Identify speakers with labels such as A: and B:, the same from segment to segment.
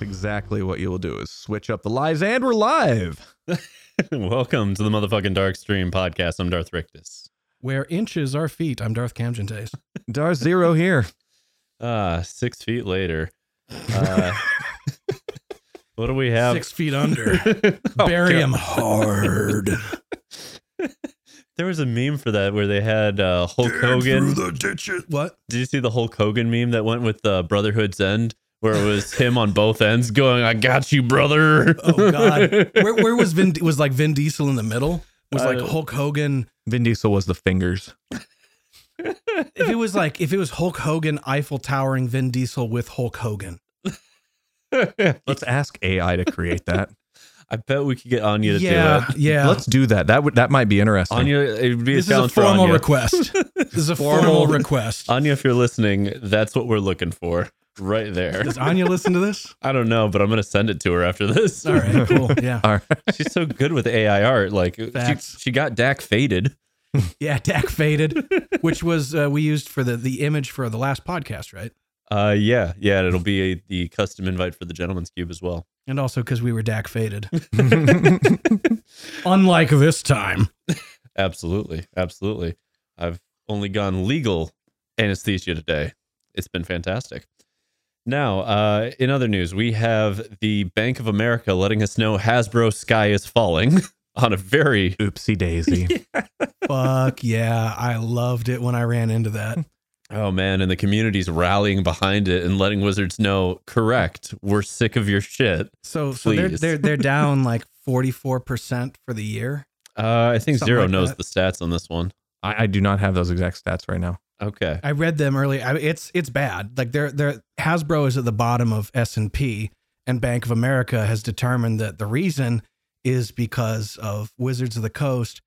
A: exactly what you will do is switch up the lives, and we're live.
B: Welcome to the motherfucking Dark Stream podcast. I'm Darth Rictus.
C: Where inches are feet. I'm Darth Camden Tays.
A: Dar Zero here.
B: Uh, six feet later. Uh, what do we have?
C: Six feet under.
B: Oh,
C: Bury him hard.
B: There was a meme for that where they had uh, Hulk Hogan.
C: the ditches. What?
B: Did you see the Hulk Hogan meme that went with uh, Brotherhood's End? Where it was him on both ends going, I got you, brother.
C: Oh God. Where, where was Vin? Was like Vin Diesel in the middle? Was like
B: Uh,
C: Hulk Hogan.
A: Vin Diesel was the fingers.
C: If it was like if it was Hulk Hogan, Eiffel towering Vin Diesel with Hulk Hogan.
A: Let's ask AI to create that.
B: I bet we could get Anya to
C: yeah,
B: do it.
C: yeah.
A: Let's do that. That would that might be interesting.
B: Anya, it would be a
C: this is a
B: challenge for
C: formal
B: Anya.
C: request. This is a formal request.
B: Anya, if you're listening, that's what we're looking for right there.
C: Does Anya listen to this?
B: I don't know, but I'm going to send it to her after this.
C: All right, cool. Yeah,
A: All right.
B: She's so good with AI art. Like she,
C: Facts.
B: she got Dak faded.
C: yeah. Dak faded, which was uh, we used for the the image for the last podcast, right?
B: Uh, yeah, yeah. and It'll be a, the custom invite for the gentleman's cube as well.
C: And also because we were Dak faded. Unlike this time.
B: Absolutely, absolutely. I've only gone legal anesthesia today. It's been fantastic. Now, uh, in other news, we have the Bank of America letting us know Hasbro Sky is falling on a very
A: Oopsie daisy.
C: Fuck yeah. I loved it when I ran into that.
B: oh man, and the community's rallying behind it and letting Wizards know correct. We're sick of your shit.
C: So so they're
B: Please.
C: they're they're down like forty four percent for the year.
B: Uh, I think
C: Something
B: Zero
C: like
B: knows
C: that.
B: the stats on this one.
A: I, I do not have those exact stats right now.
B: Okay.
C: I read them early. I, it's it's bad. Like they're they're Hasbro is at the bottom of S and P, and Bank of America has determined that the reason is because of Wizards of the Coast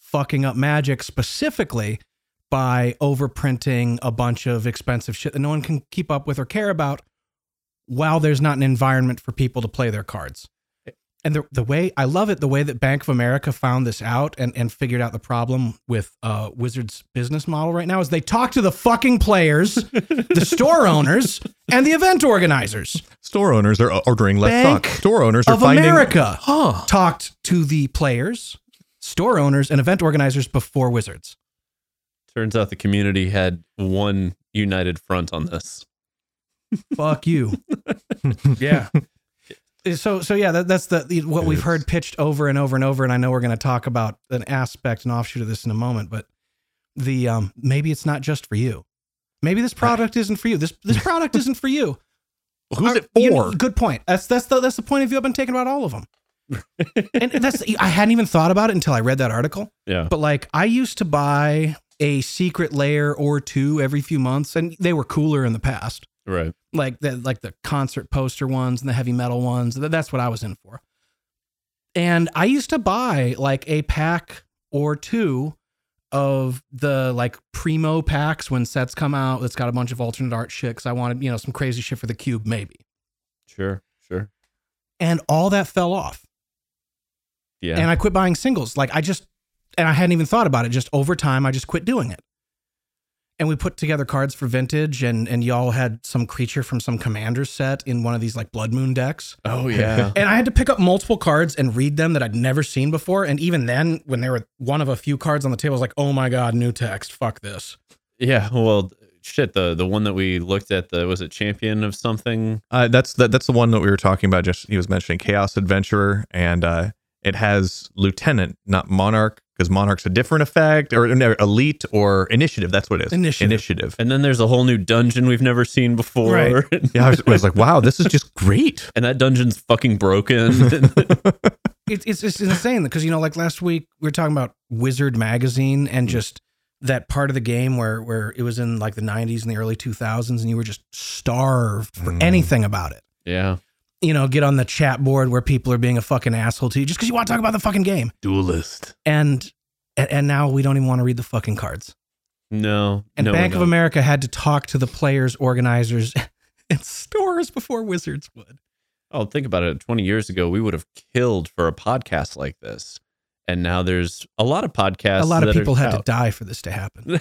C: fucking up Magic specifically by overprinting a bunch of expensive shit that no one can keep up with or care about while there's not an environment for people to play their cards. And the, the way I love it, the way that Bank of America found this out and, and figured out the problem with uh, Wizards' business model right now is they talk to the fucking players, the store owners, and the event organizers
A: Store owners are ordering less
C: Bank
A: stock. Store owners are
C: of
A: finding
C: America.
A: Huh.
C: Talked to the players, store owners, and event organizers before Wizards.
B: Turns out the community had one united front on this.
C: Fuck you. yeah. So so yeah, that, that's the the- what we've
A: It's-
C: heard pitched over and over and over, and I know we're going to talk about an aspect, an offshoot of this in a moment, but the um, maybe it's not just for you. Maybe this product isn't for you. This this product isn't for you.
A: Who's
C: Are-
A: it
C: you
A: for?
C: know, good point. That's that's the that's the point of view I've been taking about all of them. and that's I hadn't even thought about it until I read that article.
B: Yeah.
C: But like I used to buy a secret layer or two every few months, and they were cooler in the past
B: Right.
C: like the like the concert poster ones and the heavy metal ones. Th- That's what I was in for. And I used to buy like a pack or two of the like primo packs when sets come out. That's got a bunch of alternate art shit. Cause I wanted you know some crazy shit for the cube maybe.
B: Sure. Sure.
C: And all that fell off.
B: Yeah.
C: And I quit buying singles. Like I just and I hadn't even thought about it. Just over time, I just quit doing it. And we put together cards for vintage, and and y'all had some creature from some commander set in one of these like Blood Moon decks.
B: oh
A: yeah.
C: And I had to pick up multiple cards and read them that I'd never seen before. And even then, when there were one of a few cards on the table, I was like, oh my God, new text. Fuck this.
B: yeah. Well, shit. The the one that we looked at the was it champion of something.
A: Uh, that's that, that's the one that we were talking about. Just he was mentioning Chaos Adventurer, and uh, it has Lieutenant, not Monarch, because Monarch's a different effect, or no, Elite or Initiative. That's what it is.
C: Initiative.
A: Initiative.
B: And then there's a whole new dungeon we've never seen before.
C: Right.
A: Yeah, I was, I was like, wow, this is just great.
B: and that dungeon's fucking broken.
C: It's, it's, it's insane because, you know, like last week we were talking about Wizard Magazine and just that part of the game where, where it was in like the 90s and the early 2000s and you were just starved for
A: Mm.
C: anything about it.
B: yeah.
C: You know, get on the chat board where people are being a fucking asshole to you just because you want to talk about the fucking game.
B: Duelist.
C: And, and, and now we don't even want to read the fucking cards.
B: No.
C: And
B: no,
C: Bank
B: no.
C: of America had to talk to the players, organizers, and stores before Wizards would.
B: Oh, think about it. 20 years ago, we would have killed for a podcast like this. And now there's a lot of podcasts.
C: a lot of
B: that are
C: people had to
B: out.
C: die for this to happen.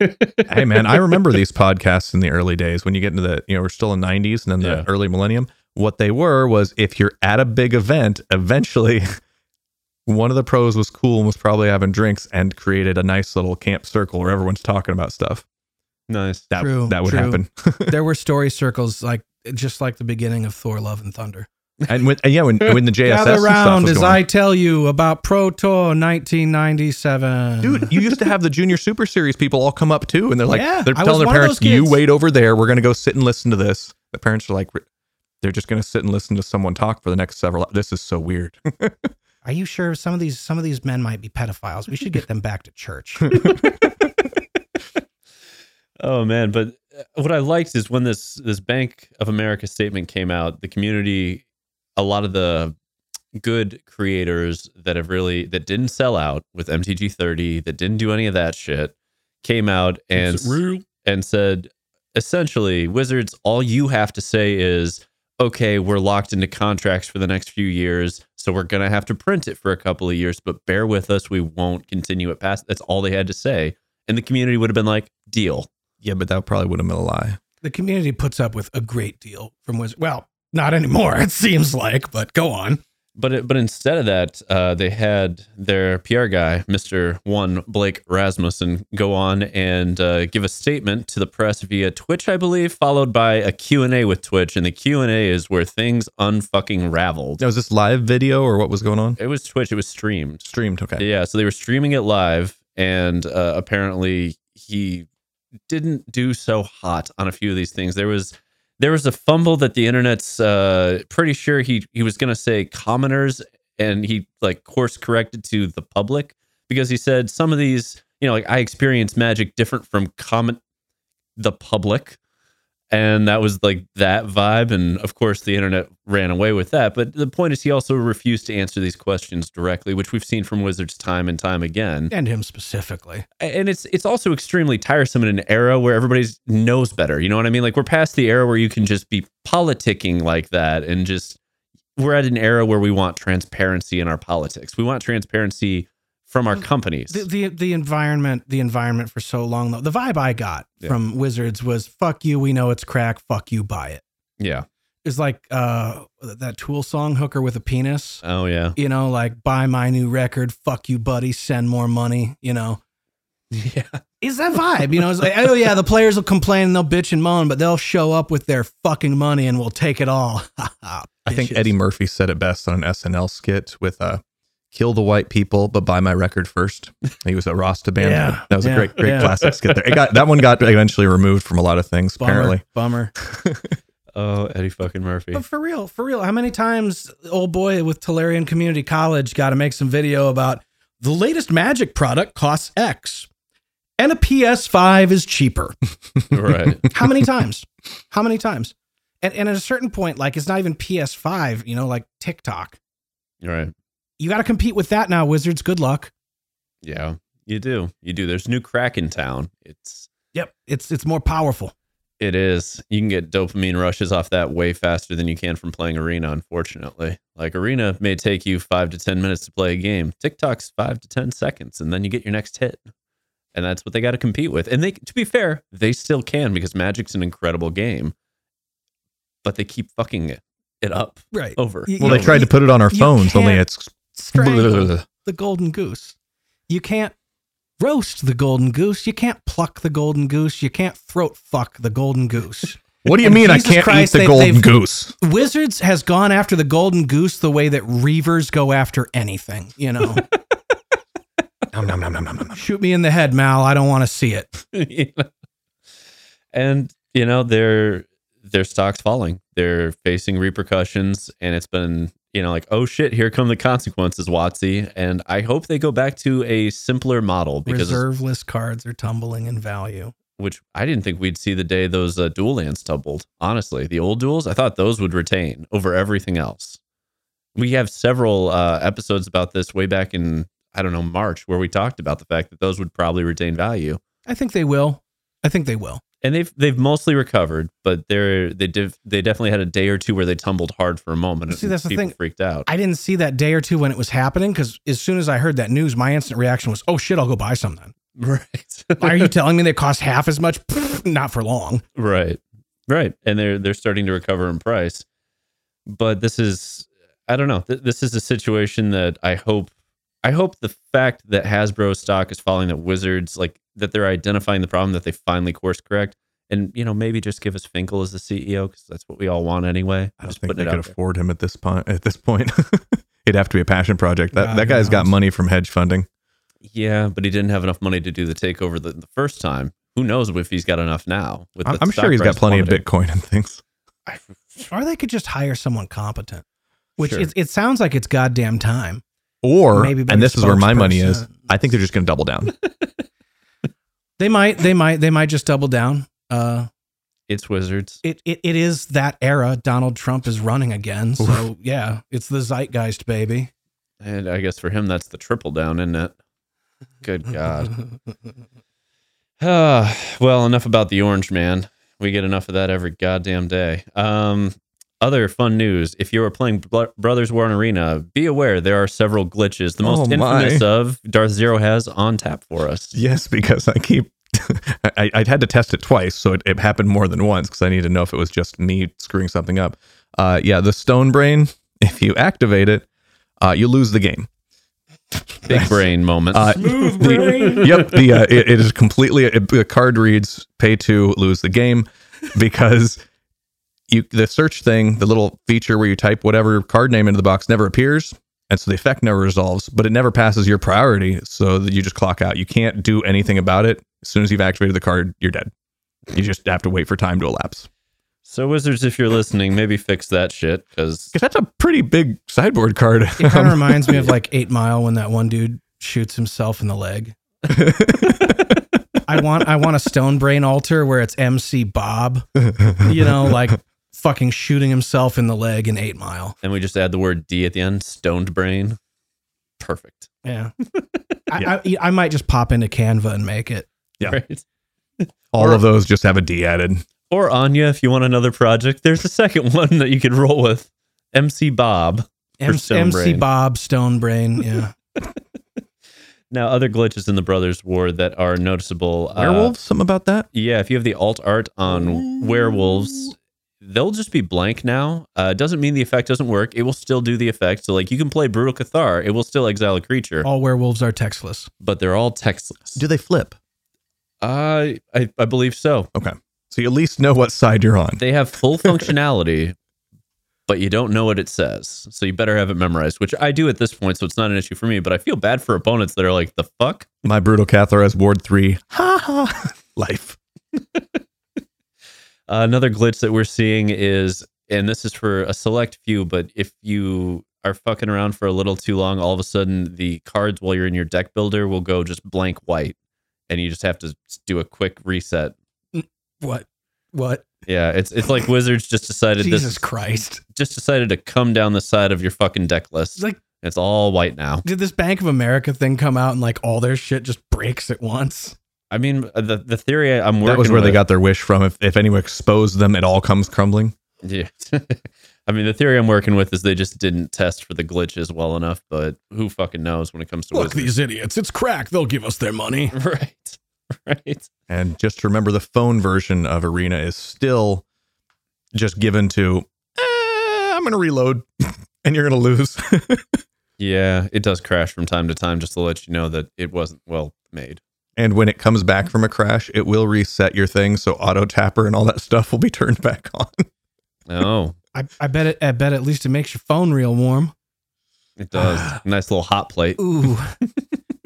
A: hey, man, I remember these podcasts in the early days when you get into the, you know, we're still in 90s and then the
B: Yeah.
A: early millennium what they were was if you're at a big event, eventually one of the pros was cool and was probably having drinks and created a nice little camp circle where everyone's talking about stuff.
B: Nice.
A: That
C: True,
A: that would
C: Oh, true.
A: happen.
C: there were story circles like just like the beginning of Thor: Love and Thunder.
A: and when and yeah, when when the JSS and
C: Gather
A: stuff
C: round
A: was
C: as
A: going,
C: I tell you about Pro Tour 1997.
A: Dude, you used to have the junior super series people all come up too, and they're like,
C: Yeah,
A: they're
C: I was
A: telling their
C: one of
A: parents,
C: those
A: "You
C: kids."
A: wait over there. We're gonna go sit and listen to this." The parents are like, "They're just gonna sit and listen to someone talk for the next several." This is so weird.
C: are you sure some of these some of these men might be pedophiles? We should get them back to church.
B: Oh man, but uh, what I liked is when this this Bank of America statement came out, the community, a lot of the good creators that have really that didn't sell out with MTG 30, that didn't do any of that shit, came out and
D: real.
B: and said essentially, Wizards, all you have to say is, okay, we're locked into contracts for the next few years, so we're gonna have to print it for a couple of years, but bear with us, we won't continue it past. That's all they had to say, and the community would have been like, deal.
A: yeah, but that probably would have been a lie.
C: the community puts up with a great deal from Wizard. Well, not anymore. It seems like, but go on.
B: But it, but instead of that, uh, they had their PR guy, Mister One Blake Rasmussen, go on and uh, give a statement to the press via Twitch, I believe, followed by a Q and A with Twitch, and the Q and A is where things unfucking raveled.
A: Now, was this live video or what was going on?
B: It was Twitch. It was streamed.
A: Streamed. Okay.
B: Yeah, so they were streaming it live, and uh, apparently he didn't do so hot on a few of these things. There was there was a fumble that the internet's uh, pretty sure he he was going to say commoners, and he like course corrected to the public because he said some of these, you know, like I experience magic different from common the public. And that was like that vibe. And of course, the internet ran away with that. But the point is, he also refused to answer these questions directly, which we've seen from Wizards time and time again.
C: And him specifically.
B: And it's it's also extremely tiresome in an era where everybody knows better. You know what I mean? Like we're past the era where you can just be politicking like that, and just we're at an era where we want transparency in our politics. We want transparency from our companies.
C: The, the the environment the environment for so long though the vibe I got
B: Yeah.
C: from Wizards was fuck you we know it's crack fuck you buy it
B: Yeah.
C: it's like uh that Tool song hooker with a penis
B: Oh yeah.
C: you know like buy my new record fuck you buddy send more money you know
B: Yeah.
C: is that vibe you know it's like oh yeah the players will complain and they'll bitch and moan but they'll show up with their fucking money and we'll take it all
A: I think Eddie Murphy said it best on an SNL skit with uh, "Kill the white people, but buy my record first. He was a Rasta band.
C: Yeah,
A: that was
C: yeah,
A: a great, great
C: yeah.
A: classic skit. There, it got that one got eventually removed from a lot of things.
C: bummer,
A: Apparently,
C: bummer
B: Oh Eddie fucking Murphy.
C: But for real, for real, how many times old boy with Tolarian Community College got to make some video about the latest magic product costs X and a PS5 is cheaper?
B: right.
C: How many times? How many times? And, and at a certain point, like it's not even PS5, you know, like TikTok.
B: Right.
C: You got to compete with that now, Wizards. Good luck.
B: Yeah, you do. You do. There's new crack in town. It's
C: Yep. It's it's more powerful.
B: it is. You can get dopamine rushes off that way faster than you can from playing arena. Unfortunately, like arena may take you five to ten minutes to play a game. TikTok's five to ten seconds, and then you get your next hit. And that's what they got to compete with. And they, to be fair, they still can because Magic's an incredible game, but they keep fucking it up
C: Right.
B: over.
C: You-
A: well,
B: and
A: they tried to put it on our
C: you
A: phones, only
C: can't
A: it's
C: Strangle the golden goose. You can't roast the golden goose. You can't pluck the golden goose. You can't throat fuck the golden goose.
A: What do you
C: And
A: mean
C: Jesus
A: I can't
C: Christ,
A: eat the
C: they-
A: golden
C: they've-
A: goose?
C: Wizards has gone after the golden goose the way that Reavers go after anything, you know.
A: Nom, nom, nom, nom, nom, nom, nom.
C: Shoot me in the head, Mal. I don't want to see it.
B: You know? and you know their their stocks falling they're facing repercussions and it's been you know like oh shit here come the consequences watsy and i hope they go back to a simpler model because
C: Reserve list cards are tumbling in value.
B: which i didn't think we'd see the day those uh, dual lands tumbled honestly the old duels i thought those would retain over everything else we have several uh, episodes about this way back in i don't know march where we talked about the fact that those would probably retain value
C: I think they will. I think they will.
B: and they've they've mostly recovered, but they're they div, they definitely had a day or two where they tumbled hard for a moment.
C: See,
B: and
C: that's the
B: people
C: thing.
B: Freaked out.
C: I didn't see that day or two when it was happening because as soon as I heard that news, my instant reaction was, oh shit, I'll go buy some then.
B: Right.
C: Are you telling me they cost half as much? Pfft, Not for long.
B: right. Right. And they're they're starting to recover in price. but this is I don't know. Th- this is a situation that I hope I hope the fact that Hasbro stock is falling that Wizards like that they're identifying the problem that they finally course correct and you know maybe just give us Finkel as the CEO because that's what we all want anyway.
A: I don't
B: Just
A: think
B: putting
A: they
B: it
A: could
B: out there.
A: afford him at this point. At this point, it'd have to be a passion project. That
C: Yeah,
A: that
C: who
A: guy's got
C: knows?
A: money from hedge funding.
B: Yeah, but he didn't have enough money to do the takeover the, the first time. Who knows if he's got enough now? With
A: I'm,
B: the
A: I'm
B: stock
A: sure he's got
B: price
A: plenty of
B: plummeting.
A: Bitcoin and things.
C: Or they could just hire someone competent, which
B: Sure.
C: it, it sounds like it's goddamn time.
A: Or
C: Maybe better
A: and this is where my money is.
C: spokesperson.
A: I think they're just going to double down.
C: They might, they might, they might just double down. Uh,
B: It's Wizards.
C: it, it, it is that era. Donald Trump is running again. So yeah, it's the zeitgeist, baby.
B: And I guess for him, that's the triple down, isn't it? Good God. Ah, well, enough about the orange man. We get enough of that every goddamn day. Um, other fun news. If you are playing Bl- Brothers War in Arena, be aware there are several glitches. The most
A: Oh, my.
B: infamous of Darth Zero has on tap for us.
A: yes, because I keep. I, I'd had to test it twice, so it, it happened more than once because I need to know if it was just me screwing something up. Uh, yeah, the Stone Brain. If you activate it, uh, you lose the game.
B: Big brain moments.
A: Uh,
C: Smooth
A: the-
C: brain.
A: yep. The uh, it, it is completely it, the card reads pay to lose the game because you the search thing, the little feature where you type whatever card name into the box never appears, and so the effect never resolves, but it never passes your priority, so that you just clock out. You can't do anything about it. As soon as you've activated the card, you're dead. You just have to wait for time to elapse.
B: so, Wizards, if you're listening, maybe fix that shit because
A: Because that's a pretty big sideboard card.
C: It kind of reminds me of like Eight Mile when that one dude shoots himself in the leg. I want I want a Stone Brain altar where it's MC Bob, you know, like fucking shooting himself in the leg in Eight Mile.
B: and we just add the word D at the end, stoned brain. Perfect.
C: Yeah, I, I, I might just pop into Canva and make it.
A: Yeah.
B: Right?
A: All of those just have a D added.
B: Or Anya, if you want another project, there's a second one that you could roll with. MC Bob. For
C: M-
B: Stone
C: MC
B: Brain.
C: Bob Stone Brain. Yeah,
B: Now, other glitches in the Brothers War that are noticeable. uh,
A: Werewolves, something about that.
B: yeah, if you have the alt art on werewolves, they'll just be blank now. Uh, doesn't mean the effect doesn't work. It will still do the effect. So, like, you can play Brutal Cathar. It will still exile a creature,
C: all werewolves are textless.
B: but they're all textless.
A: Oh. Do they flip?
B: I, I I believe so.
A: So you at least know what side you're on.
B: They have full functionality, but you don't know what it says. So you better have it memorized, which I do at this point. So it's not an issue for me, but I feel bad for opponents that are like, the fuck?
A: My brutal catharas ward three. Ha ha. Life.
B: Uh, another glitch that we're seeing is, and this is for a select few, but if you are fucking around for a little too long, all of a sudden the cards while you're in your deck builder will go just blank white. And you just have to do a quick reset.
C: What? What?
B: Yeah, it's it's like Wizards just decided
C: Jesus
B: this
C: Christ!
B: just decided to come down the side of your fucking deck list.
C: It's like,
B: It's all white now.
C: did this Bank of America thing come out and like all their shit just breaks at once?
B: I mean, uh, the the theory I'm working
A: That was where they
B: with-
A: got their wish from. If, if anyone exposed them, it all comes crumbling.
B: Yeah. I mean, the theory I'm working with is they just didn't test for the glitches well enough, but who fucking knows when it comes to Wizards.
C: idiots! It's crack. They'll give us their money.
B: right, right.
A: And just remember the phone version of Arena is still just given to, "Eh, I'm going to reload and you're going to lose.
B: Yeah, it does crash from time to time, just to let you know that it wasn't well made.
A: and when it comes back from a crash, it will reset your thing. So auto tapper and all that stuff will be turned back on.
B: Oh,
C: I, I bet it. I bet at least it makes your phone real warm.
B: it does. nice little hot plate.
C: Ooh,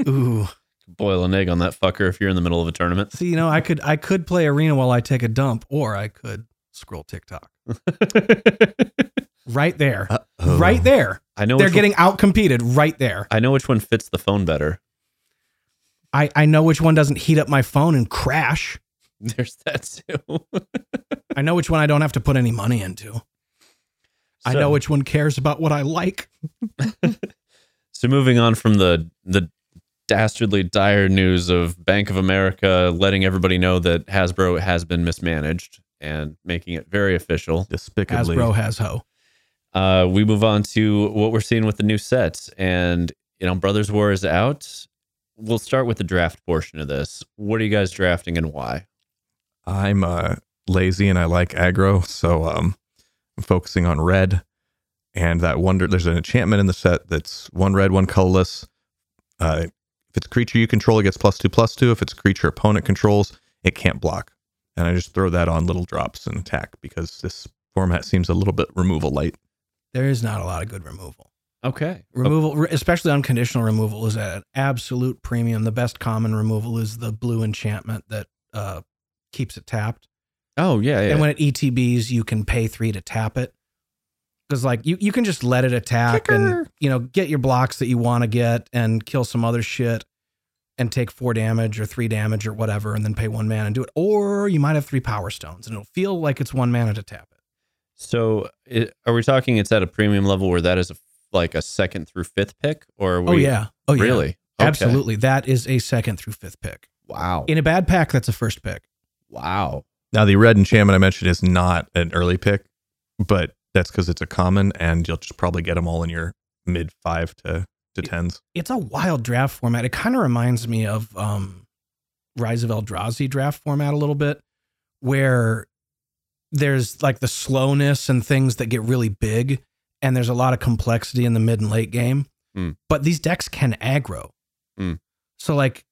C: ooh.
B: Boil an egg on that fucker if you're in the middle of a tournament.
C: So you know, I could I could play arena while I take a dump, or I could scroll TikTok right there, right there.
B: I know.
C: They're
B: which
C: getting out competed right there.
B: One, I know which one fits the phone better.
C: I I know which one doesn't heat up my phone and crash.
B: There's that too.
C: I know which one I don't have to put any money into. I
B: So-
C: know which one cares about what I like.
B: So moving on from the the dastardly dire news of Bank of America letting everybody know that Hasbro has been mismanaged and making it very official.
A: Despicably.
C: Hasbro has ho.
B: Uh, we move on to what we're seeing with the new sets, and you know, Brothers War is out. We'll start with the draft portion of this. What are you guys drafting and why?
A: I'm uh, lazy and I like aggro, so um, I'm focusing on red. and that wonder there's an enchantment in the set that's one red, one colorless. Uh, if it's a creature you control, it gets plus two plus two. If it's a creature opponent controls, it can't block. And I just throw that on little drops and attack because this format seems a little bit removal light.
C: There is not a lot of good removal.
B: Okay.
C: Removal, re- especially unconditional removal, is at an absolute premium. The best common removal is the blue enchantment that uh, keeps it tapped.
B: Oh yeah. yeah.
C: And when it ETBs, you can pay three to tap it. Because like you, you can just let it attack and
B: Kicker.
C: you know get your blocks that you want to get and kill some other shit and take four damage or three damage or whatever and then pay one mana and do it. Or you might have three power stones and it'll feel like it's one mana to tap it.
B: so it, are we talking? It's at a premium level where that is a, like a second through fifth pick, or are we,
C: oh yeah. Oh yeah.
B: really Okay.
C: Absolutely. That is a second through fifth pick.
B: Wow.
C: In a bad pack, that's a first pick.
B: wow.
A: Now, the red enchantment I mentioned is not an early pick, but that's because it's a common, and you'll just probably get them all in your mid five to to tens.
C: It's a wild draft format. It kind of reminds me of um, Rise of Eldrazi draft format a little bit, where there's like the slowness and things that get really big, and there's a lot of complexity in the mid and late game.
B: Hmm.
C: But these decks can aggro.
B: Hmm.
C: So, like,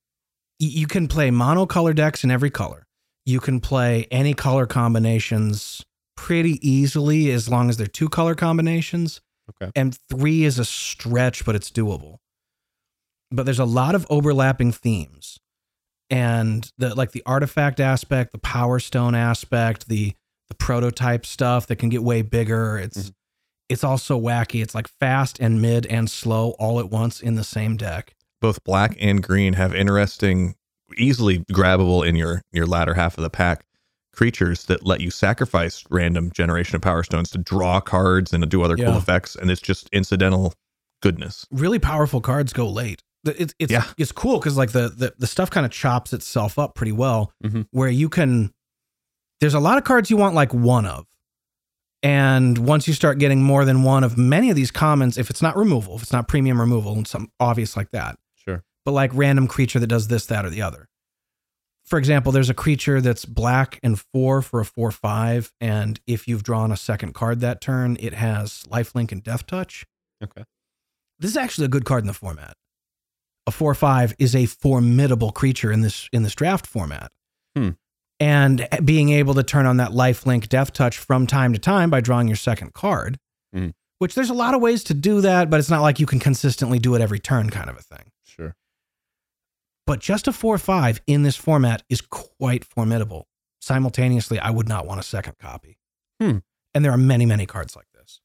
C: y- you can play monocolor decks in every color. You can play any color combinations pretty easily as long as they're two color combinations.
B: Okay.
C: And three is a stretch, but it's doable. But there's a lot of overlapping themes. And the like the artifact aspect, the power stone aspect, the the prototype stuff that can get way bigger. It's
B: Mhm.
C: it's also wacky. It's like fast and mid and slow all at once in the same deck.
A: Both black and green have interesting, easily grabbable in your your latter half of the pack creatures that let you sacrifice random generation of power stones to draw cards and to do other cool
C: Yeah.
A: effects, and it's just incidental goodness.
C: really powerful cards go late. The- It's it's
A: Yeah.
C: it's cool because like the, the the stuff kind of chops itself up pretty well,
B: Mhm.
C: where you can. There's a lot of cards you want like one of, and once you start getting more than one of many of these commons, if it's not removal, if it's not premium removal, and some obvious like that,
B: Sure.
C: but like random creature that does this, that, or the other. For example, there's a creature that's black and four for a four five, and if you've drawn a second card that turn, it has lifelink and death touch.
B: Okay.
C: This is actually a good card in the format. A four five is a formidable creature in this in this draft format.
B: Hmm.
C: And being able to turn on that lifelink death touch from time to time by drawing your second card,
B: Hmm.
C: which there's a lot of ways to do that, but it's not like you can consistently do it every turn kind of a thing
B: Sure.
C: but just a four or five in this format is quite formidable. Simultaneously, I would not want a second copy.
B: Hmm.
C: And there are many, many cards like this.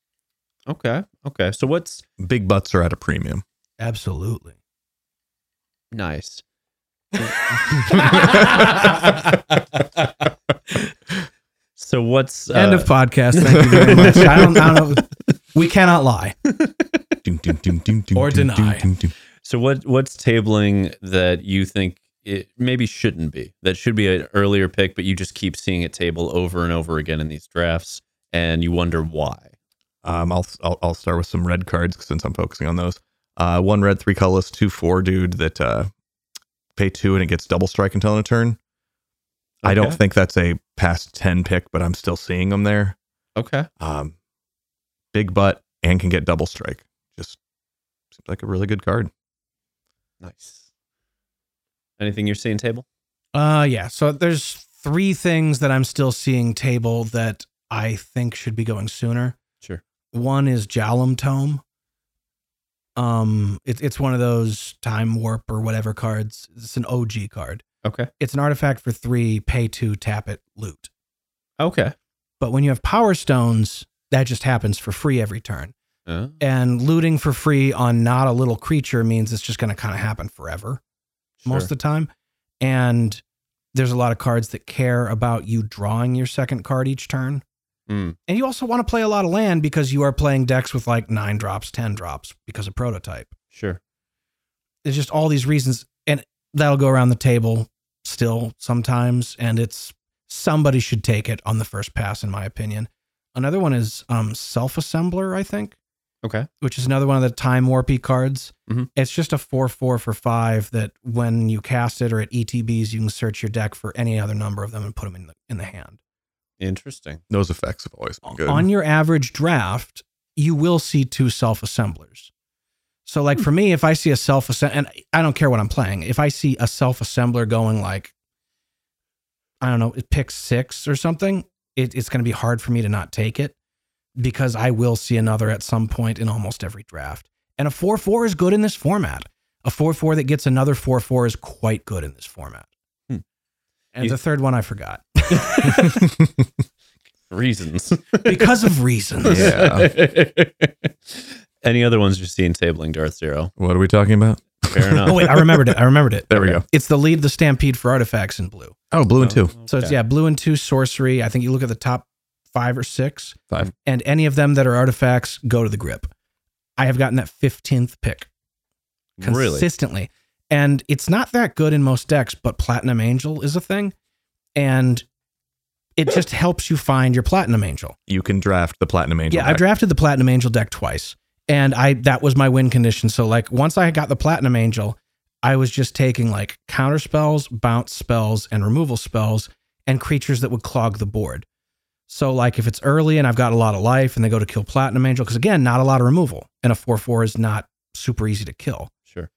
B: Okay. Okay. So what's
A: Big butts are at a premium.
C: Absolutely.
B: nice? so what's uh,
C: End of podcast. Thank you very much. I don't, I don't know. We cannot lie.
A: Doom, doom, doom, doom, doom,
C: Or
A: doom,
C: deny.
A: doom, doom.
B: So what what's tabling that you think it maybe shouldn't be? That should be an earlier pick, but you just keep seeing it table over and over again in these drafts, and you wonder why.
A: Um, I'll, I'll I'll start with some red cards since I'm focusing on those. Uh, one red, three colorless, two four dude that uh, pay two and it gets double strike until end of turn. I don't
B: Okay.
A: think that's a past ten pick, but I'm still seeing them there.
B: Okay.
A: Um, big butt and can get double strike. Just seems like a really good card.
B: Nice. Anything you're seeing table?
C: Uh, yeah. So there's three things that I'm still seeing table that I think should be going sooner.
B: Sure.
C: One is Jalum Tome. Um, it, it's one of those time warp or whatever cards. It's an OG card.
B: Okay.
C: it's an artifact for three, pay two, tap it, loot.
B: Okay.
C: But when you have power stones, that just happens for free every turn.
B: Uh,
C: And looting for free on not a little creature means it's just going to kind of happen forever most of the time. And there's a lot of cards that care about you drawing your second card each turn.
B: Mm.
C: And you also want to play a lot of land because you are playing decks with like nine drops, 10 drops because of prototype.
B: sure.
C: there's just all these reasons and that'll go around the table still sometimes and it's somebody should take it on the first pass in my opinion another one is um self assembler i think
B: Okay.
C: which is another one of the time warpy cards
B: Mhm.
C: it's just a 4 4 for 5 that when you cast it or at etbs you can search your deck for any other number of them and put them in the, in the hand
B: Interesting.
A: Those effects have always been good.
C: on your average draft, you will see two self assemblers. So, like for me, if I see a self assembler, and I don't care what I'm playing, if I see a self assembler going like, I don't know, it picks six or something, it, it's going to be hard for me to not take it because I will see another at some point in almost every draft. And a 4 4 is good in this format. A 4 4 that gets another 4 4 is quite good in this format.
B: Hmm.
C: And
B: You-
C: the third one I forgot
B: Reasons.
C: because of reasons.
A: Yeah.
B: Any other ones you're seeing tabling Darth Zero?
A: What are we talking about?
B: Fair enough.
C: Oh, wait, I remembered it. I remembered it.
A: There we go.
C: It's the lead the stampede for artifacts in blue.
A: Oh, blue and two.
C: So it's
B: Okay.
C: yeah, blue and two sorcery. I think you look at the top five or six.
A: Five.
C: And any of them that are artifacts go to the grip. I have gotten that 15th pick
B: really.
C: consistently. And it's not that good in most decks, but Platinum Angel is a thing. And it just helps you find your Platinum Angel.
A: You can draft the Platinum Angel.
C: yeah, I've
A: deck.
C: drafted the Platinum Angel deck twice. And I that was my win condition. So like once I got the Platinum Angel, I was just taking like counter spells, bounce spells, and removal spells and creatures that would clog the board. So like if it's early and I've got a lot of life and they go to kill Platinum Angel, because again, not a lot of removal. And a 4-4 is not super easy to kill.
B: Sure.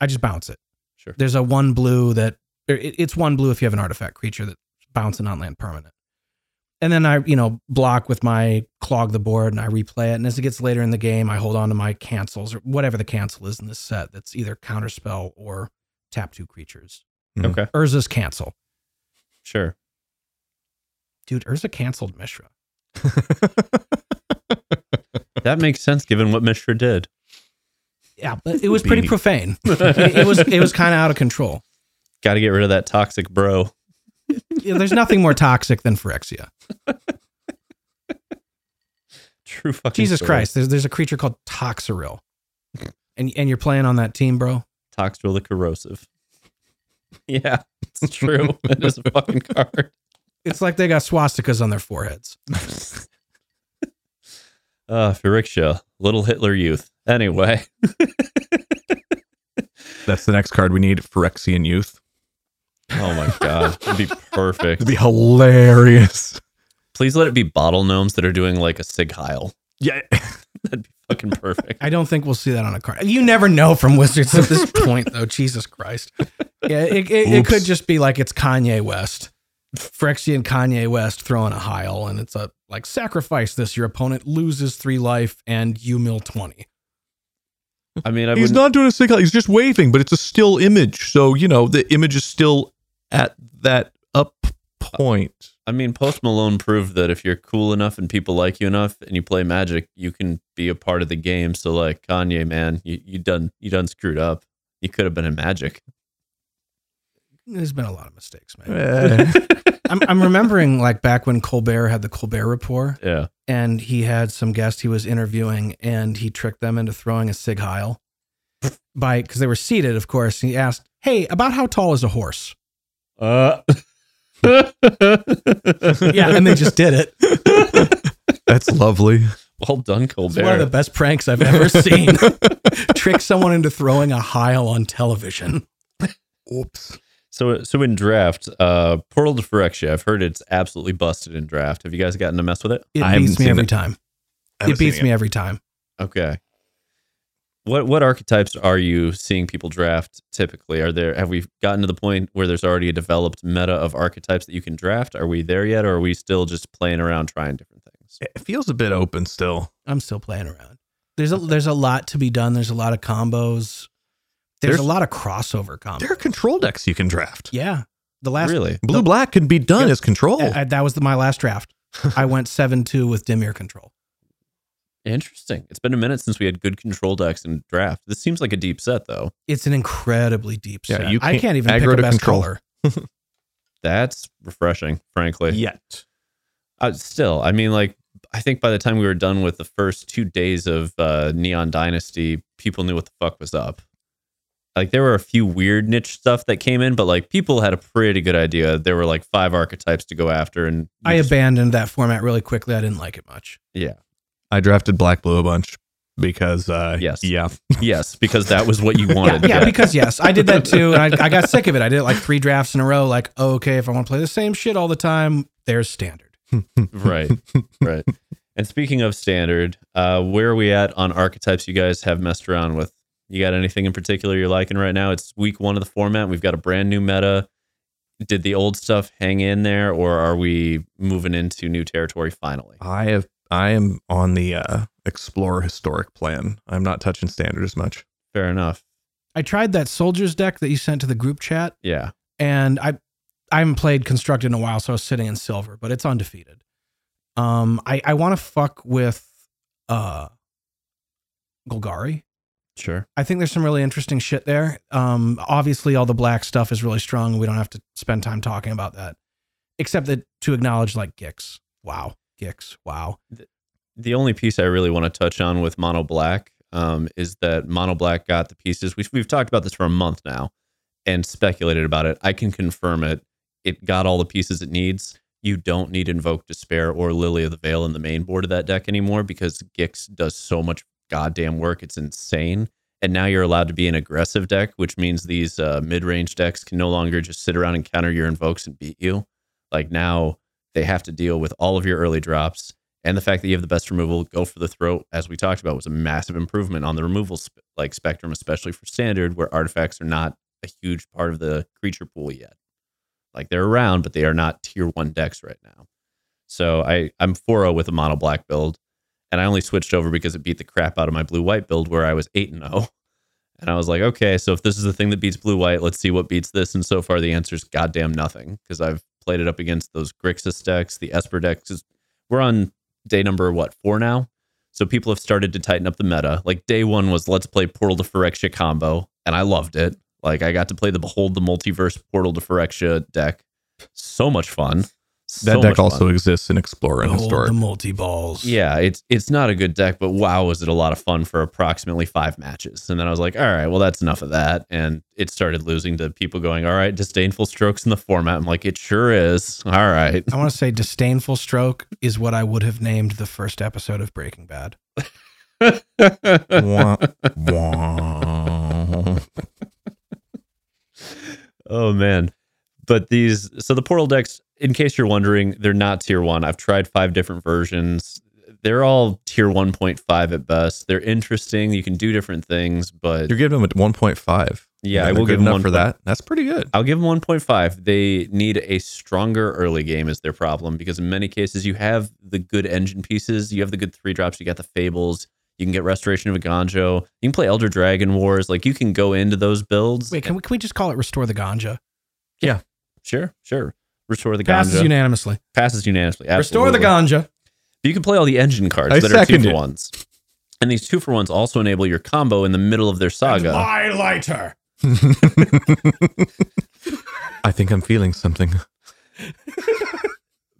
C: I just bounce it.
B: Sure.
C: There's a one blue that or it- it's one blue if you have an artifact creature that's bouncing on land permanent. And then I, you know, block with my clog the board and I replay it. And as it gets later in the game, I hold on to my cancels or whatever the cancel is in this set that's either counterspell or tap two creatures.
A: Mhm.
B: Okay.
C: Urza's cancel.
B: Sure.
C: Dude, Urza canceled Mishra.
B: That makes sense given what Mishra did.
C: Yeah, but it was pretty
A: Beanie.
C: profane. It, it was it was kind of out of control.
B: Got to get rid of that toxic bro.
C: Yeah, There's nothing more toxic than Phyrexia.
B: True fucking.
C: Jesus
B: story.
C: Christ, there's there's a creature called Toxeril. And and you're playing on that team, bro.
B: Toxtril the corrosive. Yeah, it's true. it is a fucking card.
C: It's like they got swastikas on their foreheads.
B: Uh, Phyrexia, little Hitler youth. Anyway,
A: That's the next card we need. Phyrexian Youth.
B: oh my god, it'd be perfect.
A: It'd be hilarious.
B: Please let it be bottle gnomes that are doing like a sig heil.
A: Yeah.
B: That'd be fucking perfect.
C: I don't think we'll see that on a card. You never know from Wizards at this point, though. Jesus Christ. Yeah, it, it, it
A: Oops.
C: could just be like it's Kanye West. Phyrexian Kanye West throwing a heil, and it's a like sacrifice this. Your opponent loses three life and you mill 20.
B: I mean, I
A: He's
B: wouldn't-
A: not doing a signal. He's just waving, but it's a still image. So, you know, the image is still at that up point.
B: I mean, Post Malone proved that if you're cool enough and people like you enough and you play Magic, you can be a part of the game. So, like Kanye, man, you, you done you done screwed up. You could have been in Magic.
C: There's been a lot of mistakes, man.
A: Eh.
C: I'm, I'm remembering like back when Colbert had the Colbert Report,
B: Yeah,
C: and he had some guest he was interviewing and he tricked them into throwing a sig heil by because they were seated of course he asked hey about how tall is a horse
B: Uh.
C: yeah and they just did it
A: That's lovely.
B: well done,
C: it's one of the
B: Colbert.
C: best pranks i've ever seen trick someone into throwing a heil on television
A: Oops.
B: So, so in draft, uh, Portal to Phyrexia, I've heard it's absolutely busted in draft. Have you guys gotten to mess with it?
C: it
A: I haven't
C: beats me
A: seen
C: every
A: it.
C: time
A: I haven't
C: it beats
A: seen
C: me every time
B: Okay. What what archetypes are you seeing people draft typically? Are there have we gotten to the point where there's already a developed meta of archetypes that you can draft? Are we there yet, or are we still just playing around trying different things?
A: It feels a bit open still.
C: i'm still playing around there's a there's a lot to be done there's a lot of combos there's,
A: There's-
C: a lot of crossover combos
A: There are control decks you can draft.
C: yeah the last
B: really?
A: Blue black can be done
C: Yeah.
A: as control.
C: I- I- that was the, my last draft. I went seven two with Dimir control.
B: Interesting. It's been a minute since we had good control decks in draft. This seems like a deep set though.
C: It's an incredibly deep
A: Yeah,
C: set.
A: you
C: I
A: can't
C: can't even pick
A: aggro
C: a
A: to
C: best
A: control.
C: color.
B: That's refreshing, frankly.
A: Yet.
B: Uh, still, I mean, like, I think by the time we were done with the first two days of uh, Neon Dynasty, people knew what the fuck was up. Like, there were a few weird niche stuff that came in, but like, people had a pretty good idea. There were like five archetypes to go after, and you
C: I
B: just-
C: abandoned that format really quickly. I didn't like it much.
A: I drafted black blue a bunch because, uh,
B: Yes.
A: yeah.
B: yes, because that was what you wanted.
C: Yeah, yeah, because yes, I did that too, and I, I got sick of it. I did it like three drafts in a row. Like, okay, if I want to play the same shit all the time, there's standard.
B: right, right. And speaking of standard, uh, where are we at on archetypes you guys have messed around with? You got anything in particular you're liking right now? It's week one of the format. We've got a brand new meta. Did the old stuff hang in there, or are we moving into new territory finally?
A: I have I am on the uh explore historic plan. I'm not touching standard as much.
B: Fair enough.
C: I tried that soldiers deck that you sent to the group chat,
B: Yeah.
C: and I I haven't played constructed in a while, so I was sitting in silver, but it's undefeated. Um, I I want to fuck with uh, Golgari.
B: Sure.
C: I think there's some really interesting shit there. Um, obviously, all the black stuff is really strong. We don't have to spend time talking about that, except that to acknowledge like Gix. Wow, Gix. Wow.
B: the only piece I really want to touch on with Mono Black um, is that Mono Black got the pieces. We've, we've talked about this for a month now and speculated about it. I can confirm it. It got all the pieces it needs. You don't need Invoke Despair or Lily of the Veil in the main board of that deck anymore because Gix does so much goddamn work. It's insane. And now you're allowed to be an aggressive deck, which means these uh, mid range decks can no longer just sit around and counter your invokes and beat you. Like now they have to deal with all of your early drops and the fact that you have the best removal go for the throat as we talked about was a massive improvement on the removal sp- like spectrum especially for standard where artifacts are not a huge part of the creature pool yet like they're around but they are not tier 1 decks right now so i i'm 4-0 with a mono black build and i only switched over because it beat the crap out of my blue white build where i was 8 and 0 and i was like okay so if this is the thing that beats blue white let's see what beats this and so far the answer is goddamn nothing because i've played it up against those grixis decks the esper decks is we're on day number what four now. So people have started to tighten up the meta. Like day one was let's play Portal to Phyrexia combo, and I loved it. Like I got to play the Behold the Multiverse Portal to Phyrexia deck. So much fun.
A: That
B: So
A: deck
B: much fun. Oh,
A: also exists in Explorer and
C: Behold
A: Historic.
C: the multi balls.
B: Yeah, it's it's not a good deck, but wow, was it a lot of fun for approximately five matches. And then I was like, all right, well that's enough of that. And it started losing to people going, all right, disdainful strokes in the format. I'm like, it sure is. All right.
C: I want to say disdainful stroke is what I would have named the first episode of Breaking Bad.
A: Wah, wah.
B: Oh man. But these so the portal decks, in case you're wondering, they're not tier one. I've tried five different versions. They're all tier 1.5 at best. They're interesting. You can do different things, but
A: You're giving them a 1.5.
B: yeah, I
A: And
B: will
A: they're good
B: give them
A: enough
B: one
A: for that. That's pretty good.
B: I'll give them 1.5. They need a stronger early game is their problem because in many cases you have the good engine pieces, you have the good three drops, you got the fables, you can get restoration of a ganjo, you can play Elder Dragon Wars, like you can go into those builds.
C: Wait, can we, can we just call it Restore the Ganja?
B: Sure, sure. Restore the
C: Passes
B: ganjo.
C: unanimously.
B: passes unanimously.
C: Restore the
B: absolutely.
C: Ganja.
B: You can play all the engine cards
A: I
B: that are two
A: second
B: for
A: it.
B: ones. And these two for ones also enable your combo in the middle of their saga.
C: My lighter.
A: I think I'm feeling something.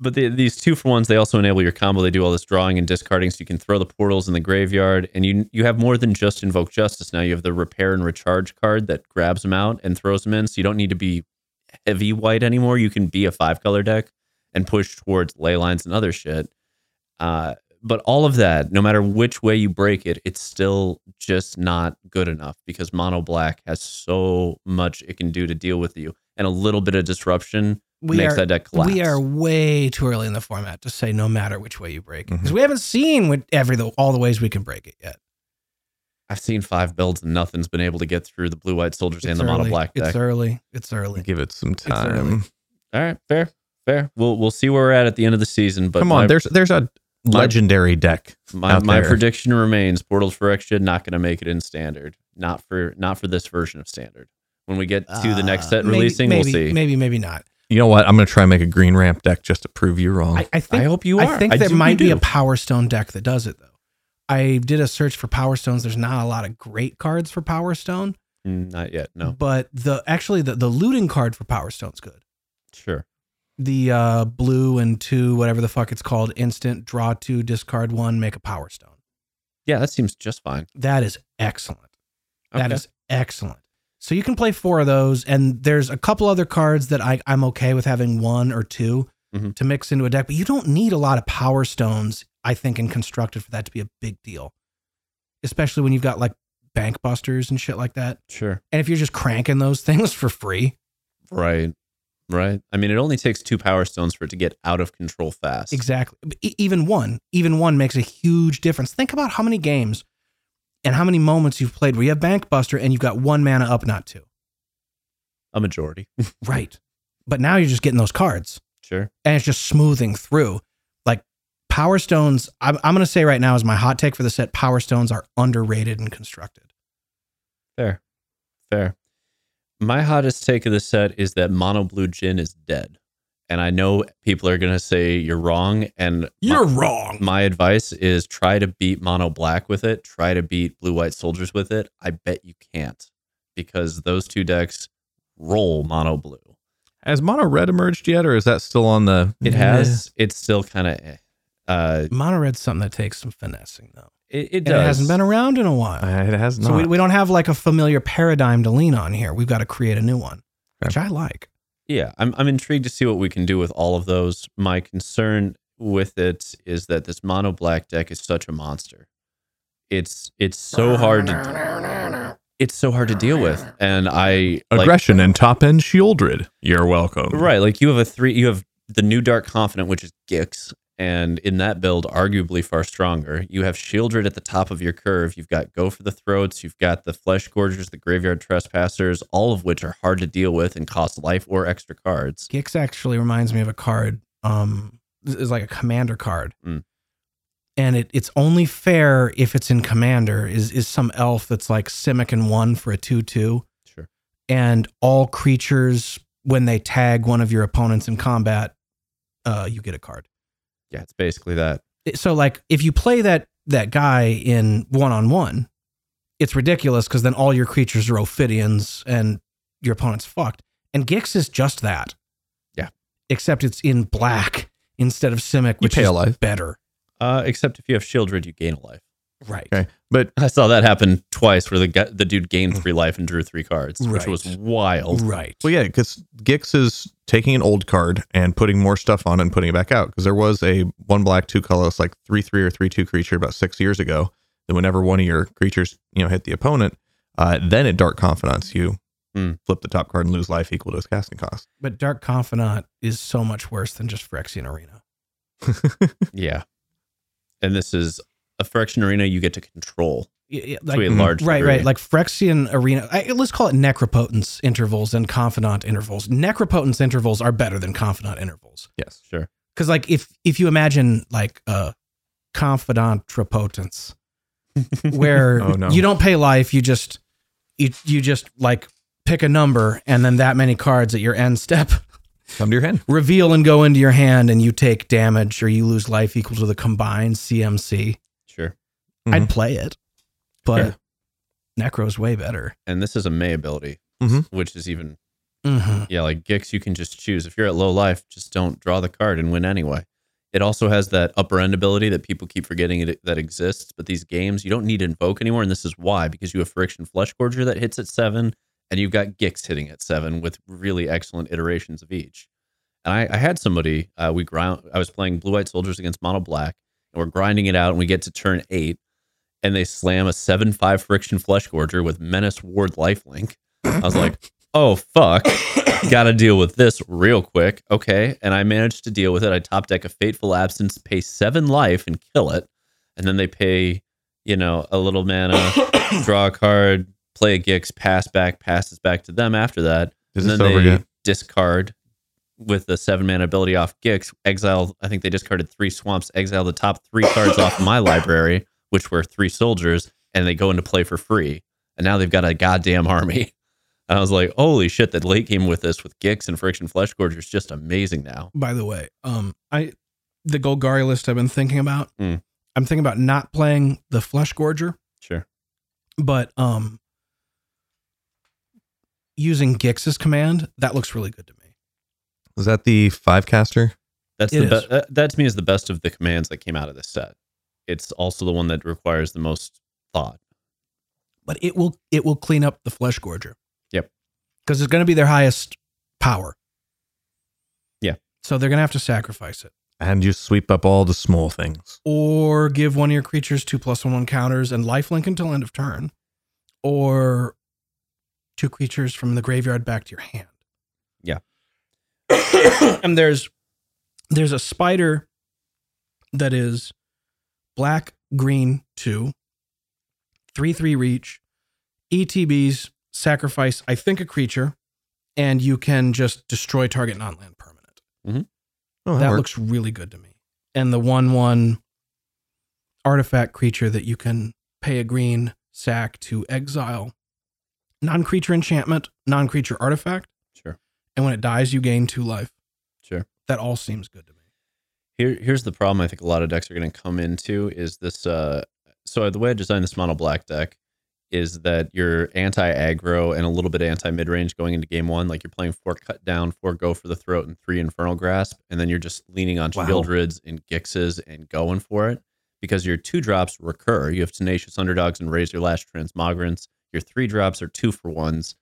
B: but the, these two for ones they also enable your combo they do all this drawing and discarding so you can throw the portals in the graveyard and you you have more than just invoke justice now you have the repair and recharge card that grabs them out and throws them in so you don't need to be heavy white anymore you can be a five color deck and push towards ley lines and other shit uh, but all of that no matter which way you break it it's still just not good enough because mono black has so much it can do to deal with you and a little bit of disruption
C: We
B: makes
C: are
B: that deck collapse
C: we are way too early in the format to say no matter which way you break
B: Mm-hmm.
C: it because we haven't seen what every the, all the ways we can break it yet.
B: I've seen five builds and nothing's been able to get through the blue white soldiers and the
C: early.
B: mono black deck.
C: It's early. It's early.
A: Give it some
C: early.
A: time.
B: All right, fair, fair. We'll we'll see where we're at at the end of the season. But
A: Come on,
B: my,
A: there's there's a
B: my-
A: legendary deck.
B: my,
A: out
B: my
A: there.
B: prediction remains: Portals for Extra not going to make it in standard. Not for not for this version of standard. When we get to the next set
C: Uh, maybe-
B: releasing,
C: maybe,
B: we'll see.
C: Maybe maybe not.
A: You know what? I'm gonna try and make a green ramp deck just to prove you wrong.
C: I, I
B: I
C: think
B: hope you are.
C: I think there
B: do-
C: might
B: you
C: be a
B: do.
C: Power Stone deck that does it though. I did a search for Power Stones. There's not a lot of great cards for Power Stone,
B: Mm, not yet. No,
C: but the actually the, the looting card for Power Stone's good.
B: sure.
C: The uh, blue and two, whatever the fuck it's called, instant draw two, discard one, make a Power Stone.
B: Yeah, that seems just fine.
C: That is excellent. That
B: Okay.
C: is excellent. So you can play four of those, and there's a couple other cards that I, I'm okay with having one or 2
B: Mhm.
C: to mix into a deck, but you don't need a lot of power stones, I think, in constructed for that to be a big deal. Especially when you've got like bank busters and shit like that.
B: sure.
C: And if you're just cranking those things for free,
B: Right. right? I mean, it only takes two power stones for it to get out of control fast.
C: Exactly. But e- even one, even one makes a huge difference. Think about how many games and how many moments you've played where you have Bankbuster and you've got one mana up, not two.
B: A majority.
C: Right. But now you're just getting those cards
B: Sure.
C: and it's just smoothing through. Like Power Stones, I'm, I'm going to say right now is my hot take for the set Power Stones are underrated and constructed.
B: Fair. Fair. My hottest take of the set is that mono blue gin is dead. And I know people are going to say you're wrong. And my,
C: wrong.
B: my advice is try to beat mono black with it, try to beat blue white soldiers with it. I bet you can't because those two decks roll mono blue.
A: Has mono red emerged yet, or is that still on the?
B: It has, it's still kind of, eh. uh,
C: Mono Red's something that takes some finessing, though.
B: it, it
C: And
B: does.
C: it hasn't been around in a
A: Uh,
C: while.
A: It has not.
C: So we, we don't have like a familiar paradigm to lean on here. We've got to create a new one, which I like.
B: Yeah, I'm I'm intrigued to see what we can do with all of those. My concern with it is that this mono black deck is such a monster. It's it's so hard to it's so hard to deal with, and I like-
A: Aggression and top end shieldred. You're welcome.
B: right, like you have a three, you have the new dark confident, which is Gix, and in that build, arguably far stronger. You have Shieldred at the top of your curve. You've got Go for the Throats. You've got the Flesh Gorgers, the Graveyard Trespassers, all of which are hard to deal with and cost life or extra cards.
C: Gix actually reminds me of a card. Um, is like a commander card,
B: Mm.
C: and it it's only fair if it's in commander. Is is some elf that's like Simic and one for a two two,
B: Sure.
C: and all creatures when they tag one of your opponents in combat, uh, you get a card.
B: Yeah, it's basically that.
C: It- So like if you play that that guy in one on one, it's ridiculous because then all your creatures are Ophidians and your opponent's fucked. And Gix is just that.
B: Yeah.
C: Except it's in black instead of Simic,
A: You
C: which
A: pay
C: is
A: a life.
C: better.
B: Uh, except if you have Shieldred, you gain a life.
C: Right.
A: Okay. But
B: I saw that happen twice, where the guy, the dude gained three life and drew three cards, which
C: Mm. Right. Mm.
B: was wild.
C: Right.
A: well, yeah, because Gix is taking an old card and putting more stuff on it and putting it back out. Because there was a one black, two colorless, like three three or three two creature about six years ago. That whenever one of your creatures you know hit the opponent, uh, then at Dark Confidence you
B: Hmm.
A: flip the top card and lose life equal to its casting cost.
C: But Dark Confidant is so much worse than just Phyrexian Arena.
B: Yeah, and this is a Friction Arena you get to control
C: Y- y-
B: to a
C: Like, mm-hmm.
A: Mhm.
B: large
C: right,
B: degree.
C: right. Like Phyrexian Arena. I, let's call it Necropotence intervals and Confidant intervals. Necropotence intervals are better than Confidant intervals.
A: Yes.
B: sure.
C: because like if if you imagine like a confidant repotence where
A: Oh, no.
C: you don't pay life you just you, you just like pick a number and then that many cards at your end step
A: Come to your hand.
C: reveal and go into your hand and you take damage or you lose life equal to the combined cmc
B: Sure.
C: i'd play it but
A: Mm-hmm. Sure.
C: necro's way better
B: And this is a May ability,
A: Mhm.
C: Mm-hmm.
B: which is even
C: Mhm.
B: yeah, like Gix, you can just choose. If you're at low life, just don't draw the card and win anyway. It also has that upper end ability that people keep forgetting it, that exists. But these games, you don't need invoke anymore, and this is why because you have Friction Flesh Gorger that hits at seven, and you've got Gix hitting at seven with really excellent iterations of each. And I, I had somebody uh, we ground. I was playing Blue White Soldiers against Mono Black, and we're grinding it out, and we get to turn eight, and they slam a seven five Friction Flesh Gorger with Menace Ward Lifelink. I was like, oh fuck got to deal with this real quick. Okay. And I managed to deal with it. I top deck a Fateful Absence, pay seven life and kill it. And then they pay, you know, a little mana, draw a card, play a Gix, pass back, passes back to them after that.
A: Is
B: and
A: this
B: then
A: over
B: they
A: yet?
B: discard with the seven mana ability off Gix, exile. I think they discarded three swamps, exile the top three cards off my library, which were three soldiers, and they go into play for free. And now they've got a goddamn army. And I was like, holy shit, that late game with this with Gix and Friction Flesh Gorger is just amazing now.
C: by the way um i the golgari list i've been thinking about
B: Mm.
C: i'm thinking about not playing the flesh gorger
B: Sure.
C: but um using Gix's command, that looks really good to me.
A: Is that the five caster?
B: That's
C: It
B: the
C: is.
B: be- that, that to me is the best of the commands that came out of this set. It's also the one that requires the most thought.
C: But it will it will clean up the flesh gorger.
B: Yep.
C: Because it's gonna be their highest power.
B: Yeah.
C: So they're gonna have to sacrifice it.
A: And you sweep up all the small things.
C: Or give one of your creatures two plus one one counters and lifelink until end of turn. Or two creatures from the graveyard back to your hand. and there's there's a spider that is black green two three three reach etbs sacrifice i think a creature and you can just destroy target non-land permanent
A: Oh,
C: that
A: works.
C: looks really good to me and the one one artifact creature that you can pay a green sack to exile non-creature enchantment non-creature artifact
B: Sure.
C: and when it dies you gain two life
B: Sure.
C: that all seems good to me
B: Here, here's the problem I think a lot of decks are going to come into is this. Uh, so the way I designed this mono black deck is that you're anti aggro and a little bit anti mid range going into game one. Like you're playing four cut down, four go for the throat, and three infernal grasp, and then you're just leaning on
C: Wow.
B: Shieldrids and Gixes and going for it because your two drops recur. You have tenacious underdogs and razor lash transmogrants. Your three drops are two for ones,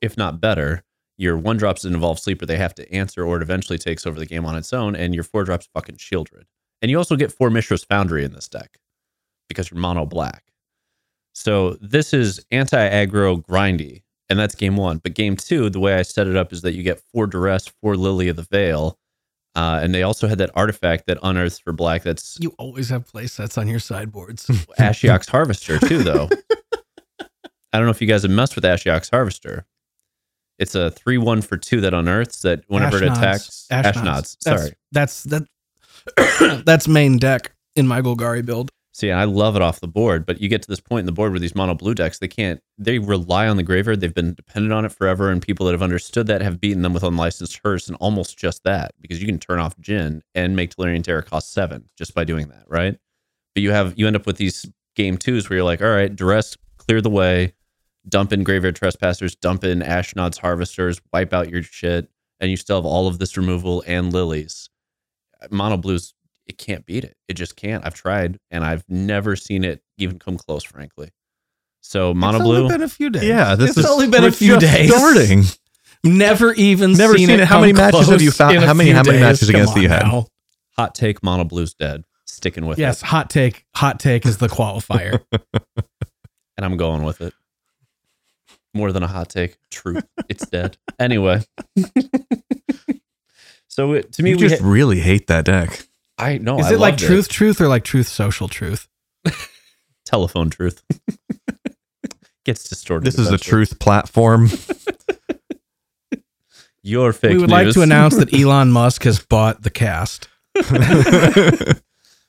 B: if not better your one drops an involved sleeper, they have to answer, or it eventually takes over the game on its own. And your four drops fucking Shieldred. And you also get four Mishra's Foundry in this deck because you're mono black. So this is anti aggro grindy, and that's game one. But game two, the way I set it up is that you get four Duress, four Lily of the Veil. Uh, and they also had that artifact that unearths for black that's
C: you always have play sets on your sideboards
B: Ashiok's Harvester too, though. I don't know if you guys have messed with Ashiok's Harvester. It's a three-one for two that unearths that whenever it
C: Ashnods.
B: attacks, Ashnods.
C: That's-
B: Sorry.
C: that's that. that's main deck in my Golgari build.
B: See, I love it off the board, but you get to this point in the board where these mono blue decks, they can't, they rely on the graveyard. They've been dependent on it forever, and people that have understood that have beaten them with unlicensed hearse and almost just that, because you can turn off Jin and make Telerian Terror cost seven just by doing that, right? But you have, you end up with these game twos where you're like, all right, duress, clear the way, dump in graveyard trespassers, dump in Ashnod's harvesters, wipe out your shit, and you still have all of this removal and lilies. Mono blues it can't beat it. It just can't. I've tried and I've never seen it even come close, frankly. So mono
C: it's
B: blue,
C: Only been a few days.
A: Yeah, this
C: it's
A: is
C: only been a
A: we're
C: few
A: just
C: days.
A: Starting.
C: Never even
A: Never seen it. How
C: come
A: many matches have
C: close
A: you found-
C: in a
A: how many-
C: few
A: how many
C: days?
A: matches
C: Come
A: against
C: on
A: you had?
C: now.
B: hot take, mono blue's dead. Sticking with
C: Yes,
B: it.
C: hot take. Hot take is the qualifier.
B: And I'm going with it. More than a hot take. True. It's dead. Anyway. so it, to me,
A: You
B: we
A: just
B: ha-
A: really hate that deck.
B: I know.
C: is
B: Oh, I
C: it like
B: loved
C: truth, truth, or like truth, social truth?
B: Telephone truth. Gets distorted.
A: This is a
B: eventually.
A: truth platform.
B: Your fake
C: we would like
B: news
C: to announce that Elon Musk has bought the cast.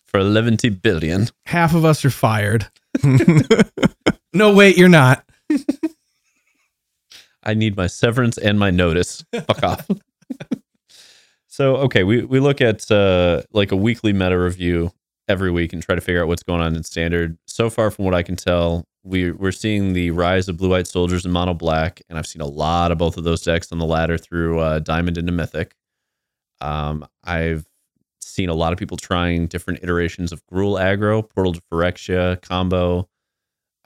B: for 11 billion.
C: Half of us are fired. no, wait, you're not.
B: I need my severance and my notice. Fuck off. so okay, we we look at uh, like a weekly meta review every week and try to figure out what's going on in standard. So far, from what I can tell, we we're seeing the rise of blue white soldiers and mono black, and I've seen a lot of both of those decks on the ladder through uh, diamond into mythic. Um, I've seen a lot of people trying different iterations of Gruul aggro, Portal to Phyrexia combo,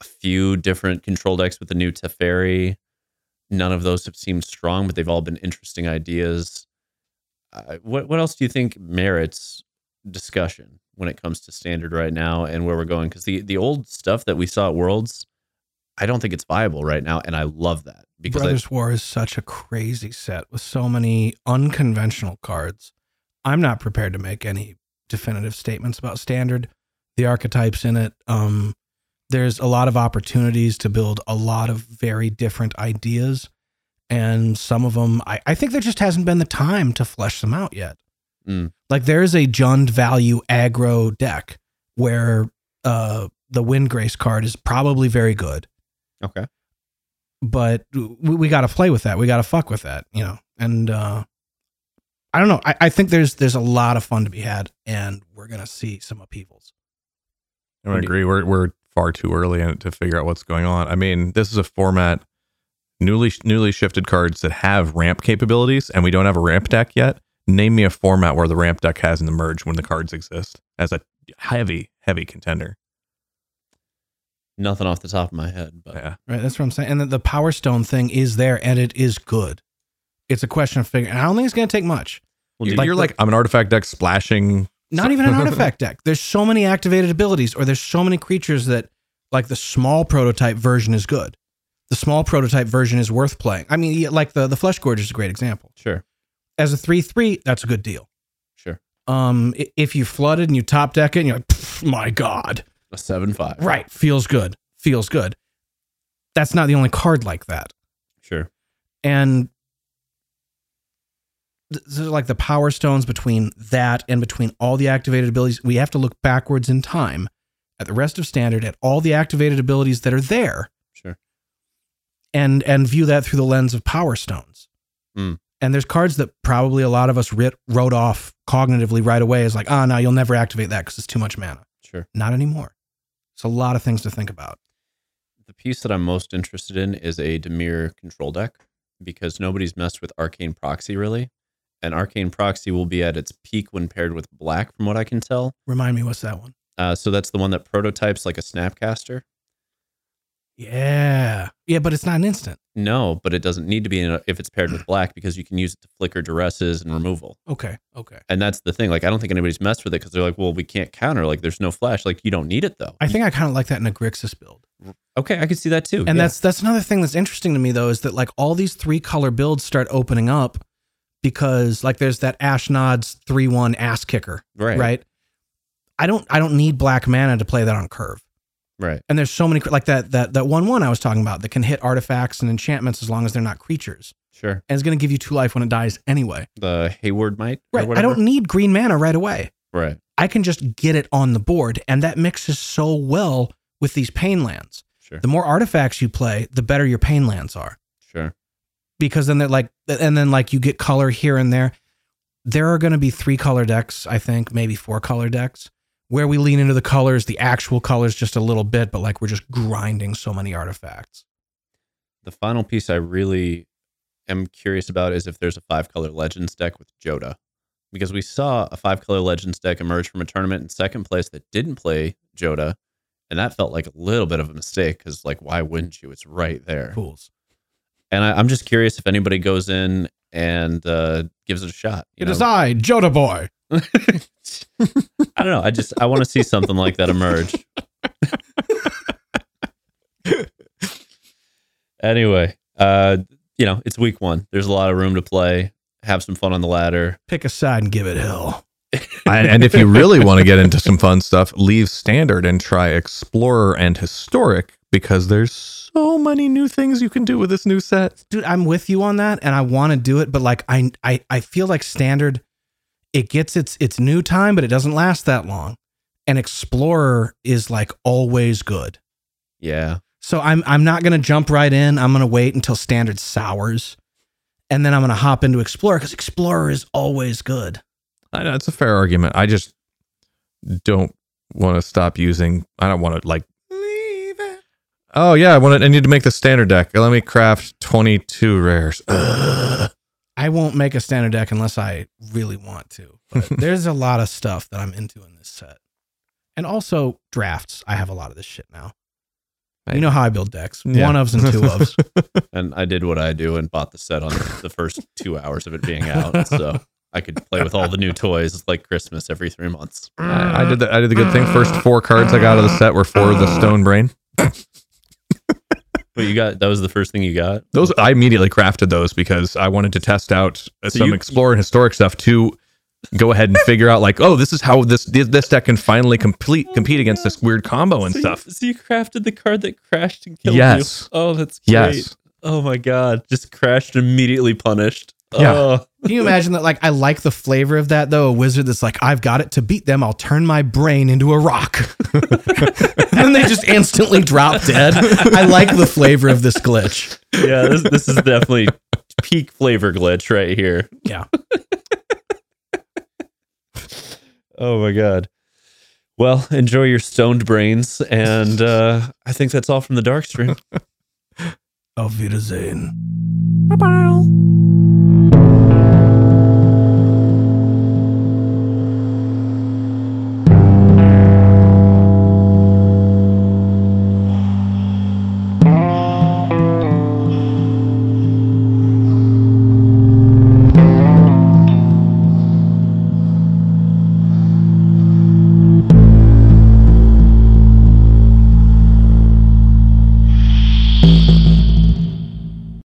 B: a few different control decks with the new Teferi none of those have seemed strong, but they've all been interesting ideas. Uh, what what else do you think merits discussion when it comes to standard right now and where we're going? Because the the old stuff that we saw at Worlds, I don't think it's viable right now, and I love that because I,
C: Brothers War is such a crazy set with so many unconventional cards. I'm not prepared to make any definitive statements about standard, the archetypes in it. Um, there's a lot of opportunities to build a lot of very different ideas. And some of them, I, I think there just hasn't been the time to flesh them out yet.
B: Mm.
C: Like there is a Jund value aggro deck where uh, the Wind Grace card is probably very good
B: okay,
C: but we, we got to play with that. We got to fuck with that, you know. And uh, I don't know. I, I think there's there's a lot of fun to be had, and we're gonna see some upheavals.
A: I would agree. We're we're far too early in it to figure out what's going on. I mean, this is a format newly newly shifted cards that have ramp capabilities, and we don't have a ramp deck yet. Name me a format where the ramp deck hasn't emerged when the cards exist as a heavy heavy contender.
B: nothing off the top of my head, but
A: Yeah,
C: Right. That's what I'm saying. And the, the Power Stone thing is there, and it is good. It's a question of figuring. And I don't think it's gonna take much.
B: Well,
A: You-
B: do you-
A: you're like I'm an artifact deck splashing.
C: Not even an artifact deck. There's so many activated abilities, or there's so many creatures that, like the small prototype version is good. The small prototype version is worth playing. I mean, yeah, like the the Flesh Gorge is a great example.
B: sure.
C: as a three three, that's a good deal.
B: Sure.
C: Um, i- if you flooded and you top deck it, and you're like, "Pff, my god,
B: A seven five.
C: right, feels good, feels good. That's not the only card like that.
B: Sure.
C: and th- so like the power stones between that and between all the activated abilities we have to look backwards in time at the rest of standard at all the activated abilities that are there
B: Sure.
C: and and view that through the lens of power stones
B: Hmm.
C: and there's cards that probably a lot of us writ, wrote off cognitively right away as like ah no you'll never activate that because it's too much mana
B: Sure.
C: not anymore it's a lot of things to think about
B: The piece that I'm most interested in is a Demir control deck because nobody's messed with Arcane Proxy really. And Arcane Proxy will be at its peak when paired with black, from what I can tell.
C: remind me what's that one
B: Uh, so that's the one that prototypes like a Snapcaster.
C: yeah yeah but it's not an instant
B: No, but it doesn't need to be in a, if it's paired with black because you can use it to flicker duresses and removal.
C: okay okay
B: And that's the thing. Like, I don't think anybody's messed with it because they're like, well, we can't counter. Like, there's no flash. Like, you don't need it though.
C: I think I kind of like that in a Grixis build.
B: okay, I can see that too.
C: And that's that's another thing that's interesting to me though is that like all these three color builds start opening up because like there's that Ash Nod's 3-1 ass kicker,
B: right.
C: right. I don't I don't need black mana to play that on curve.
B: Right.
C: And there's so many like that that that 1-1 I was talking about that can hit artifacts and enchantments as long as they're not creatures.
B: Sure.
C: And it's going to give you 2 life when it dies anyway.
B: The Hayward might. or
C: Right. I
B: whatever.
C: don't need green mana right away.
B: Right.
C: I can just get it on the board and that mixes so well with these pain lands.
B: Sure.
C: the more artifacts you play, the better your pain lands are.
B: Sure.
C: Because then they're like, and then like you get color here and there. There are going to be three color decks, I think, maybe four color decks, where we lean into the colors, the actual colors, just a little bit, but like we're just grinding so many artifacts.
B: The final piece I really am curious about is if there's a five color legends deck with Joda. Because we saw a five color legends deck emerge from a tournament in second place that didn't play Joda. And that felt like a little bit of a mistake because, like, why wouldn't you? It's right there.
C: Fools.
B: And I, I'm just curious if anybody goes in and uh, gives it a shot. you
C: It
B: know?
C: is I, Joda Boy.
B: I don't know. I just I want to see something like that emerge. anyway, uh, you know, it's week one. There's a lot of room to play. Have some fun on the ladder.
C: Pick a side and give it hell.
A: and, and if you really want to get into some fun stuff, leave standard and try explorer and historic because there's so many new things you can do with this new set.
C: Dude, I'm with you on that and I want to do it, but like I, I I feel like standard it gets its its new time, but it doesn't last that long. And Explorer is like always good.
B: Yeah.
C: So I'm I'm not gonna jump right in. I'm gonna wait until standard sours, and then I'm gonna hop into Explorer because Explorer is always good.
A: I know it's a fair argument. I just don't want to stop using. I don't want to like. Leave it. Oh yeah, I want to, I need to make the standard deck. Let me craft 22 rares. Ugh.
C: I won't make a standard deck unless I really want to. But there's a lot of stuff that I'm into in this set, and also drafts. I have a lot of this shit now.
A: Right.
C: You know how I build decks:
A: Yeah.
C: one ofs and two ofs.
B: And I did what I do and bought the set on the first two hours of it being out. So I could play with all the new toys. It's like Christmas every three months.
A: I, I did the I did the good thing. First four cards I got out of the set were for the stone brain.
B: But you got that was the first thing you got?
A: Those I immediately crafted those because I wanted to test out uh,
B: So
A: some
B: you-
A: explore and historic stuff to go ahead and figure out like, oh, this is how this this deck can finally complete compete against this weird combo and
B: so
A: stuff.
B: You, so you crafted the card that crashed and killed
A: Yes.
B: you. Oh, that's great.
A: Yes.
B: Oh my god. Just crashed immediately punished.
A: Yeah.
B: Oh,
C: Can you imagine that? Like, I like the flavor of that though. A wizard that's like, I've got it to beat them. I'll turn my brain into a rock. and then they just instantly drop dead. I like the flavor of this glitch.
B: yeah, this, this is definitely peak flavor glitch right here.
C: Yeah.
B: oh my god. Well, enjoy your stoned brains, and uh, I think that's all from the dark stream.
C: Auf Wiedersehen.
B: Bye bye.